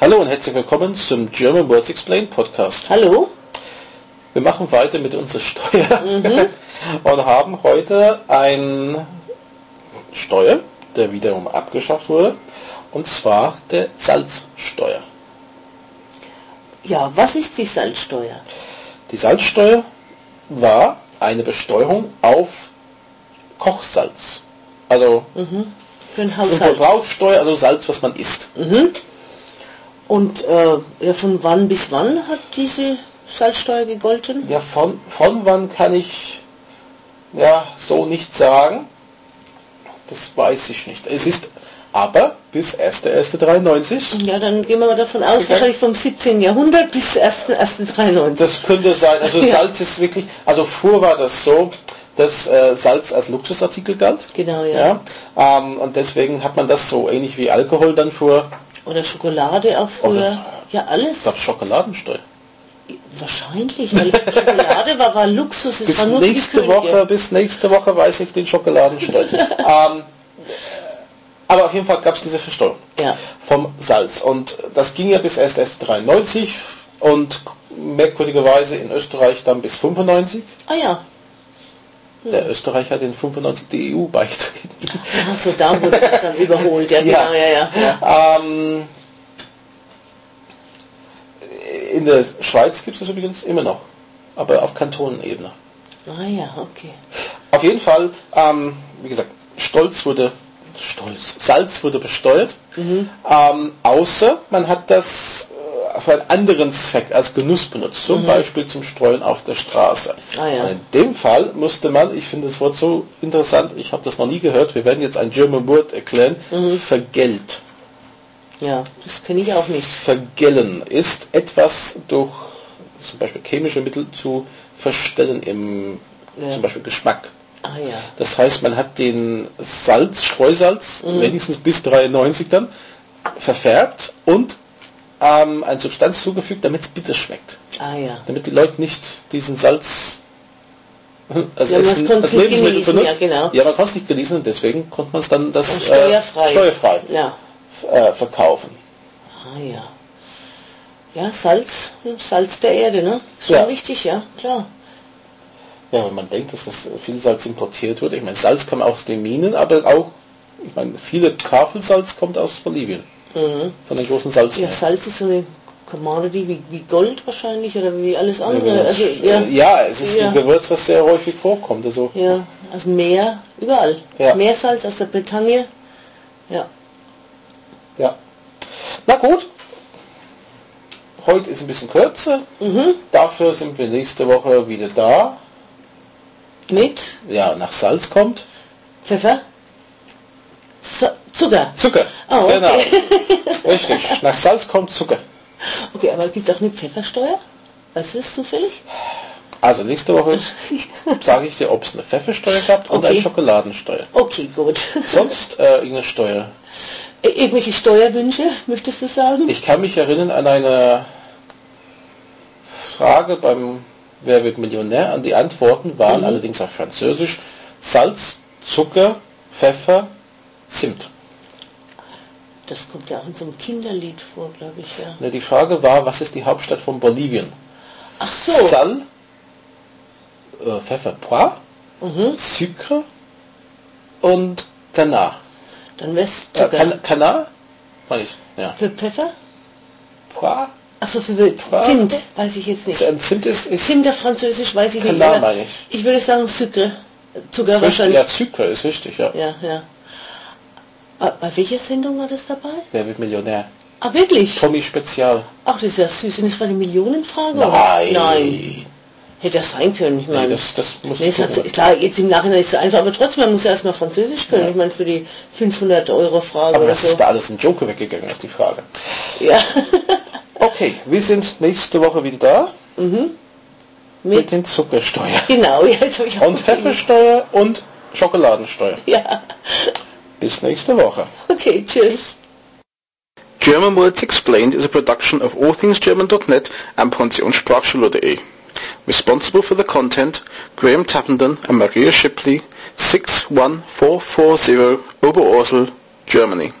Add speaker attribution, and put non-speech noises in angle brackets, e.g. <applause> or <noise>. Speaker 1: Hallo und herzlich willkommen zum German Words Explained Podcast.
Speaker 2: Hallo?
Speaker 1: Wir machen weiter mit unserer Steuer <laughs> und haben heute ein Steuer, der wiederum abgeschafft wurde, und zwar der Salzsteuer.
Speaker 2: Ja, was ist die Salzsteuer?
Speaker 1: Die Salzsteuer war eine Besteuerung auf Kochsalz. Also
Speaker 2: Für den
Speaker 1: eine
Speaker 2: Haushalt.
Speaker 1: Verbrauchssteuer, also Salz, was man isst.
Speaker 2: Und äh, ja, von wann bis wann hat diese Salzsteuer gegolten?
Speaker 1: Ja, von, von wann kann ich ja so nicht sagen. Das weiß ich nicht. Es ist aber bis 1.1.93.
Speaker 2: Ja, dann gehen wir mal davon aus,
Speaker 1: Ja.
Speaker 2: wahrscheinlich vom 17. Jahrhundert bis 1.1.93.
Speaker 1: Das könnte sein, also
Speaker 2: Ja.
Speaker 1: Salz ist wirklich, also früher war das so, dass äh, Salz als Luxusartikel galt.
Speaker 2: Genau, ja.
Speaker 1: Ja, ähm, und deswegen hat man das so ähnlich wie Alkohol dann früher,
Speaker 2: Oder Schokolade auch
Speaker 1: Oh,
Speaker 2: früher.
Speaker 1: Oder-
Speaker 2: Ja, alles.
Speaker 1: gab Schokoladensteuer.
Speaker 2: Wahrscheinlich, weil Schokolade war, war Luxus, es
Speaker 1: Bis
Speaker 2: war nur für die
Speaker 1: nächste
Speaker 2: Könige.
Speaker 1: Woche, bis nächste Woche weiß ich den Schokoladensteuer. ähm, aber auf jeden Fall gab es diese Versteuerung.
Speaker 2: Ja.
Speaker 1: vom Salz. Und das ging ja bis erst erst 93 und merkwürdigerweise in Österreich dann bis 95.
Speaker 2: Ah ja,
Speaker 1: Der Österreich hat in 95 die EU beigetreten.
Speaker 2: also da wurde das dann überholt. Ja,
Speaker 1: Ja.
Speaker 2: genau, ja, ja. ja.
Speaker 1: Ähm, in der Schweiz gibt es das übrigens immer noch, aber auf Kantonenebene.
Speaker 2: Ah ja, okay.
Speaker 1: Auf jeden Fall, ähm, wie gesagt, Stolz wurde, Stolz, Salz wurde besteuert,
Speaker 2: Mhm.
Speaker 1: ähm, außer man hat das äh, für einen anderen Zweck als Genuss benutzt, zum Beispiel zum Streuen auf der Straße.
Speaker 2: Mhm. Ah ja.
Speaker 1: Und in dem Fall musste man, ich finde das Wort so interessant, ich habe das noch nie gehört, wir werden jetzt ein German Word erklären,
Speaker 2: Mhm.
Speaker 1: vergelt.
Speaker 2: Ja, das kenne ich auch nicht.
Speaker 1: Vergällen ist etwas durch zum Beispiel chemische Mittel zu verstellen im
Speaker 2: Ja.
Speaker 1: zum Beispiel Geschmack.
Speaker 2: Ah ja.
Speaker 1: Das heißt, man hat den Salz, Streusalz,
Speaker 2: Mhm.
Speaker 1: wenigstens bis 93 dann, verfärbt und ähm, eine Substanz zugefügt, damit es bitter schmeckt.
Speaker 2: Ah ja.
Speaker 1: Damit die Leute nicht diesen Salz <laughs> als,
Speaker 2: Ja, man
Speaker 1: Essen,
Speaker 2: konnte
Speaker 1: als
Speaker 2: es nicht
Speaker 1: Lebensmittel
Speaker 2: genießen,
Speaker 1: benutzt.
Speaker 2: ja, genau.
Speaker 1: man konnte es nicht genießen und deswegen konnte man es dann das
Speaker 2: Und steuerfrei.
Speaker 1: Äh, steuerfrei
Speaker 2: Ja.
Speaker 1: äh, verkaufen.
Speaker 2: Ah ja. Ja, Salz, Salz der Erde, ne? So
Speaker 1: Ja.
Speaker 2: wichtig, ja, klar.
Speaker 1: Ja, wenn man denkt, dass das viel Salz importiert wird. Ich meine, Salz kam aus den Minen, aber auch, ich meine, viele Tafelsalz kommt aus Bolivien. Von den großen
Speaker 2: Mhm. Ja,
Speaker 1: Salzmengen.
Speaker 2: Salz ist so eine Commodity wie, wie Gold wahrscheinlich oder wie alles andere.
Speaker 1: Ja,
Speaker 2: also, ja,
Speaker 1: äh, ja, es ist
Speaker 2: Ja.
Speaker 1: ein Gewürz, was sehr häufig vorkommt. Also,
Speaker 2: ja, aus dem Meer, überall.
Speaker 1: Ja.
Speaker 2: Meersalz aus der Bretagne. Ja,
Speaker 1: ja. Na gut. Heute ist ein bisschen kürzer.
Speaker 2: Mhm.
Speaker 1: Dafür sind wir nächste Woche wieder da.
Speaker 2: mit
Speaker 1: Ja, nach Salz kommt
Speaker 2: Pfeffer, Sa- Zucker.
Speaker 1: Zucker.
Speaker 2: Ah, okay. <laughs>
Speaker 1: Genau. Richtig. Nach Salz kommt Zucker.
Speaker 2: Okay, aber gibt es auch eine Pfeffersteuer? Weißt du das zufällig?
Speaker 1: Also nächste
Speaker 2: <laughs>
Speaker 1: Woche sage ich dir, ob es eine Pfeffersteuer gab und
Speaker 2: Okay.
Speaker 1: eine Schokoladensteuer.
Speaker 2: Okay, gut. <laughs>
Speaker 1: Sonst äh, irgendeine Steuer.
Speaker 2: Äh, Irgendwelche Steuerwünsche, möchtest du sagen?
Speaker 1: Ich kann mich erinnern an eine Frage beim Wer wird Millionär? An die Antworten
Speaker 2: Mhm.
Speaker 1: waren allerdings auf Französisch Salz, Zucker, Pfeffer, Zimt.
Speaker 2: Das kommt ja auch in so einem Kinderlied vor, glaube ich, ja.
Speaker 1: Ne, Die Frage war, was ist die Hauptstadt von Bolivien?
Speaker 2: Ach so.
Speaker 1: Sal, äh, Pfeffer, Pois,
Speaker 2: Mhm.
Speaker 1: Sucre und Canar.
Speaker 2: Dann wär's
Speaker 1: Äh,
Speaker 2: Zucker.
Speaker 1: Can Canar? Meine ich, ja.
Speaker 2: für Pfeffer?
Speaker 1: Pois?
Speaker 2: Achso, für Wild.
Speaker 1: Ah.
Speaker 2: Zimt, weiß ich jetzt nicht.
Speaker 1: Ein Zimt ist, ist
Speaker 2: Zimt auf Französisch weiß ich nicht.
Speaker 1: Kalar
Speaker 2: aber
Speaker 1: meine ich.
Speaker 2: ich würde sagen Zucker. Zucker
Speaker 1: richtig,
Speaker 2: wahrscheinlich.
Speaker 1: ja, Sucre ist richtig, ja.
Speaker 2: Ja, ja. Ah, Bei welcher Sendung war das dabei?
Speaker 1: Wer wird Millionär?
Speaker 2: Ah, wirklich?
Speaker 1: Tommy Spezial.
Speaker 2: Ach, das ist ja süß. Und das war eine Millionenfrage? oder?
Speaker 1: Nein.
Speaker 2: Nein. Hätte das sein können, ich meine.
Speaker 1: Nee, das, das muss
Speaker 2: Nee,
Speaker 1: ich
Speaker 2: es hat,
Speaker 1: gucken.
Speaker 2: klar, jetzt im Nachhinein ist es einfach, aber trotzdem, man muss ja erstmal Französisch können. Ich meine, für die 500-Euro-Frage
Speaker 1: Aber
Speaker 2: oder
Speaker 1: das
Speaker 2: so.
Speaker 1: ist da alles ein Joker weggegangen, auf die Frage.
Speaker 2: Ja,
Speaker 1: <laughs> Okay, wir sind nächste Woche wieder da mit,
Speaker 2: Mhm. mit.
Speaker 1: den Zuckersteuer.
Speaker 2: <laughs> Genau, ja, jetzt habe ich auch.
Speaker 1: Und Pfeffersteuer und Schokoladensteuer.
Speaker 2: Ja,
Speaker 1: Bis nächste Woche.
Speaker 2: okay, tschüss.
Speaker 1: German Words Explained is a production of allthingsgerman.net and pensionssprachschule.de. Responsible for the content, Graham Tappenden and Maria Shipley, 61440 Oberursel, Germany.